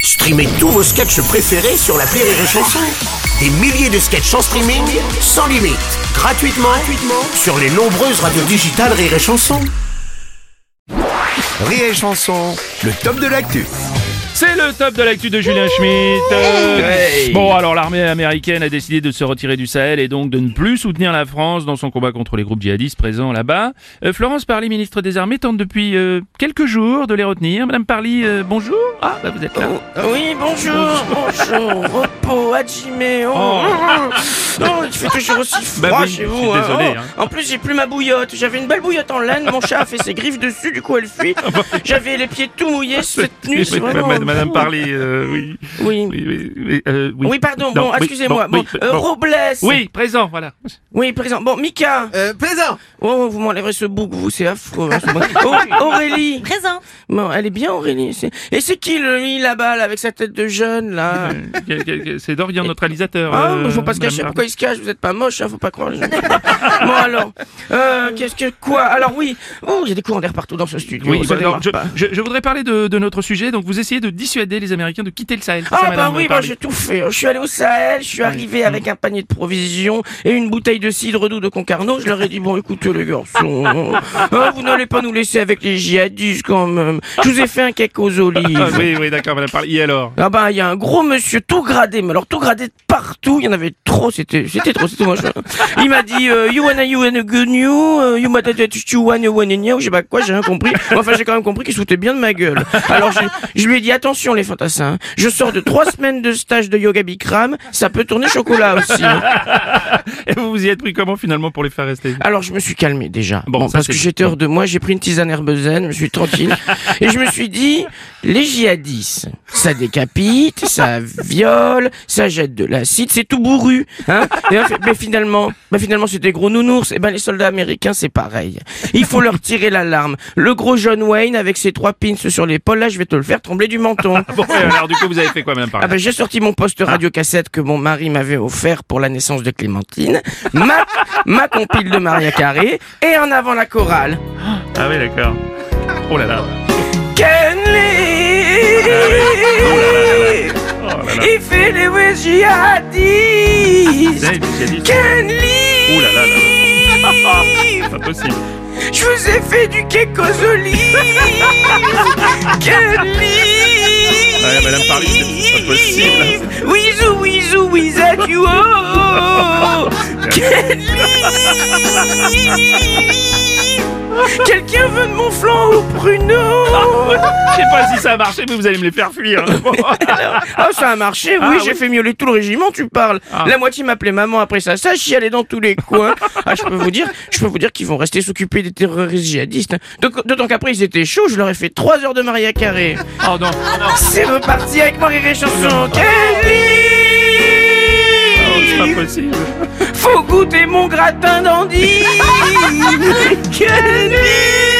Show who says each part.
Speaker 1: Streamez tous vos sketchs préférés sur la Rire et Chanson. Des milliers de sketchs en streaming, sans limite, gratuitement, gratuitement sur les nombreuses radios digitales Rire et Chanson. Rire et Chanson, le top de l'actu.
Speaker 2: C'est le top de l'actu de Julien Schmitt. Euh, Bon, alors l'armée américaine a décidé de se retirer du Sahel et donc de ne plus soutenir la France dans son combat contre les groupes djihadistes présents là-bas. Euh, Florence Parly, ministre des Armées, tente depuis euh, quelques jours de les retenir. Madame Parly, euh, bonjour. Ah, bah vous êtes là.
Speaker 3: Oh. Oui, bonjour, bonjour, repos, Hajime, oh. Non, il fait toujours aussi froid
Speaker 2: Bah oui,
Speaker 3: chez
Speaker 2: je
Speaker 3: vous.
Speaker 2: suis
Speaker 3: hein.
Speaker 2: désolé,
Speaker 3: Oh,
Speaker 2: hein.
Speaker 3: En plus, j'ai plus ma bouillotte. J'avais une belle bouillotte en laine, mon chat a fait ses griffes dessus, du coup elle fuit.
Speaker 2: Ah bah.
Speaker 3: J'avais les pieds tout mouillés, cette tenue, c'est vraiment...
Speaker 2: Madame,
Speaker 3: fou.
Speaker 2: Parly, euh, oui.
Speaker 3: Oui.
Speaker 2: Oui, oui, oui, euh, oui.
Speaker 3: Oui, pardon,
Speaker 2: Non,
Speaker 3: bon,
Speaker 2: oui,
Speaker 3: excusez-moi.
Speaker 2: bon,
Speaker 3: Bon,
Speaker 2: oui,
Speaker 3: euh,
Speaker 2: bon.
Speaker 3: Robles
Speaker 2: Oui, présent, voilà.
Speaker 3: Oui, présent. Bon, Mika
Speaker 4: Euh, plaisant
Speaker 3: Oh, vous m'enlèverez ce bouc, vous, c'est affreux. hein, ce bouc. Oh, Aurélie
Speaker 5: Présent.
Speaker 3: Bon, elle est bien, Aurélie. c'est- Et c'est qui, lui, là-bas, là, avec sa tête de jeune, là
Speaker 2: Quel- quel- quel- C'est Dorian, notre réalisateur.
Speaker 3: Ah,
Speaker 2: euh,
Speaker 3: mais faut pas se
Speaker 2: Madame
Speaker 3: cacher.
Speaker 2: Parly.
Speaker 3: Pourquoi il se cache Vous êtes pas moche, hein, faut pas croire. bon, alors, euh, qu'est-ce que quoi Alors, oui. Oh, il y a des courants d'air partout dans ce studio.
Speaker 2: Oui,
Speaker 3: ça
Speaker 2: bah,
Speaker 3: démarre
Speaker 2: non, je,
Speaker 3: pas.
Speaker 2: je- je voudrais parler de, de notre sujet. Donc, vous essayez de dissuader les Américains de quitter le Sahel. c'est ça,
Speaker 3: Ah bah
Speaker 2: Madame
Speaker 3: oui, moi
Speaker 2: Parly
Speaker 3: j'ai tout fait. Je suis allé au Sahel, je suis arrivé avec un panier de provisions et une bouteille de cidre doux de Concarneau. Je leur ai dit bon écoutez les garçons, hein, vous n'allez pas nous laisser avec les djihadistes quand même. Je vous ai fait un cake aux
Speaker 2: Ah,
Speaker 3: olives.
Speaker 2: oui, oui, d'accord, Madame Parly. Et alors
Speaker 3: Ah bah il y a un gros monsieur tout gradé, mais alors tout gradé de partout, il y en avait trop, c'était c'était trop, c'était moche. Il m'a dit euh, you wanna you wanna good new, euh, you wanna that you wanna wanna new, je sais pas quoi, j'ai rien compris. Mais Enfin j'ai quand même compris qu'il se foutait bien de ma gueule. Alors je, je lui ai dit attention les fantassins, hein. je sors de trois semaines de stage de yoga Bikram, ça peut tourner chocolat aussi. hein.
Speaker 2: Et vous vous y êtes pris comment finalement pour les faire rester
Speaker 3: Alors je me suis calmé déjà.
Speaker 2: Bon,
Speaker 3: Bon,
Speaker 2: ça,
Speaker 3: parce
Speaker 2: c'est
Speaker 3: que j'étais hors de moi, j'ai pris une tisane herbezaine, je me suis tranquille. et je me suis dit, les djihadistes, ça décapite, ça viole, ça jette de l'acide, c'est tout bourru. Hein et là, fait, mais finalement, bah finalement c'est des gros nounours. Et ben les soldats américains c'est pareil. Il faut leur tirer l'alarme. Le gros John Wayne avec ses trois pins sur l'épaule, là je vais te le faire trembler du menton.
Speaker 2: Ah, Bon, et alors du coup, vous avez fait quoi, Madame Parly
Speaker 3: Ah bah, j'ai sorti mon poste
Speaker 2: Ah.
Speaker 3: radio cassette que mon mari m'avait offert pour la naissance de Clémentine, ma, ma compile de Maria Carré et en avant la chorale.
Speaker 2: Ah oui, d'accord. Oh là là.
Speaker 3: Kenley,
Speaker 2: Oh là là.
Speaker 3: il fait les West jihadistes.
Speaker 2: Eh, j'ai dit-
Speaker 3: Kenley,
Speaker 2: Oh là là là. Pas possible.
Speaker 3: je vous ai fait du cake aux olives. Kenley.
Speaker 2: Ouais, Ah, Madame Parly, c'est pas possible.
Speaker 3: Wizou, wizou, wizard, you oh Quelqu'un veut de mon flanc au pruneau
Speaker 2: Je sais pas si ça a marché, mais vous allez me les faire fuir. Bon.
Speaker 3: Ah, ça a marché, oui,
Speaker 2: Ah,
Speaker 3: j'ai
Speaker 2: oui.
Speaker 3: fait miauler tout le régiment, tu parles.
Speaker 2: Ah.
Speaker 3: La moitié m'appelait maman après ça, ça chialait dans tous les coins. Ah, je peux vous dire, je peux vous dire qu'ils vont rester s'occuper des terroristes djihadistes. D'aut- D'autant qu'après, ils étaient chauds, je leur ai fait 3 heures de Maria Carré.
Speaker 2: Oh non.
Speaker 3: C'est reparti avec Marie Réchanson.
Speaker 2: Oh, c'est pas possible.
Speaker 3: Faut goûter mon gratin d'Andy Quelle vie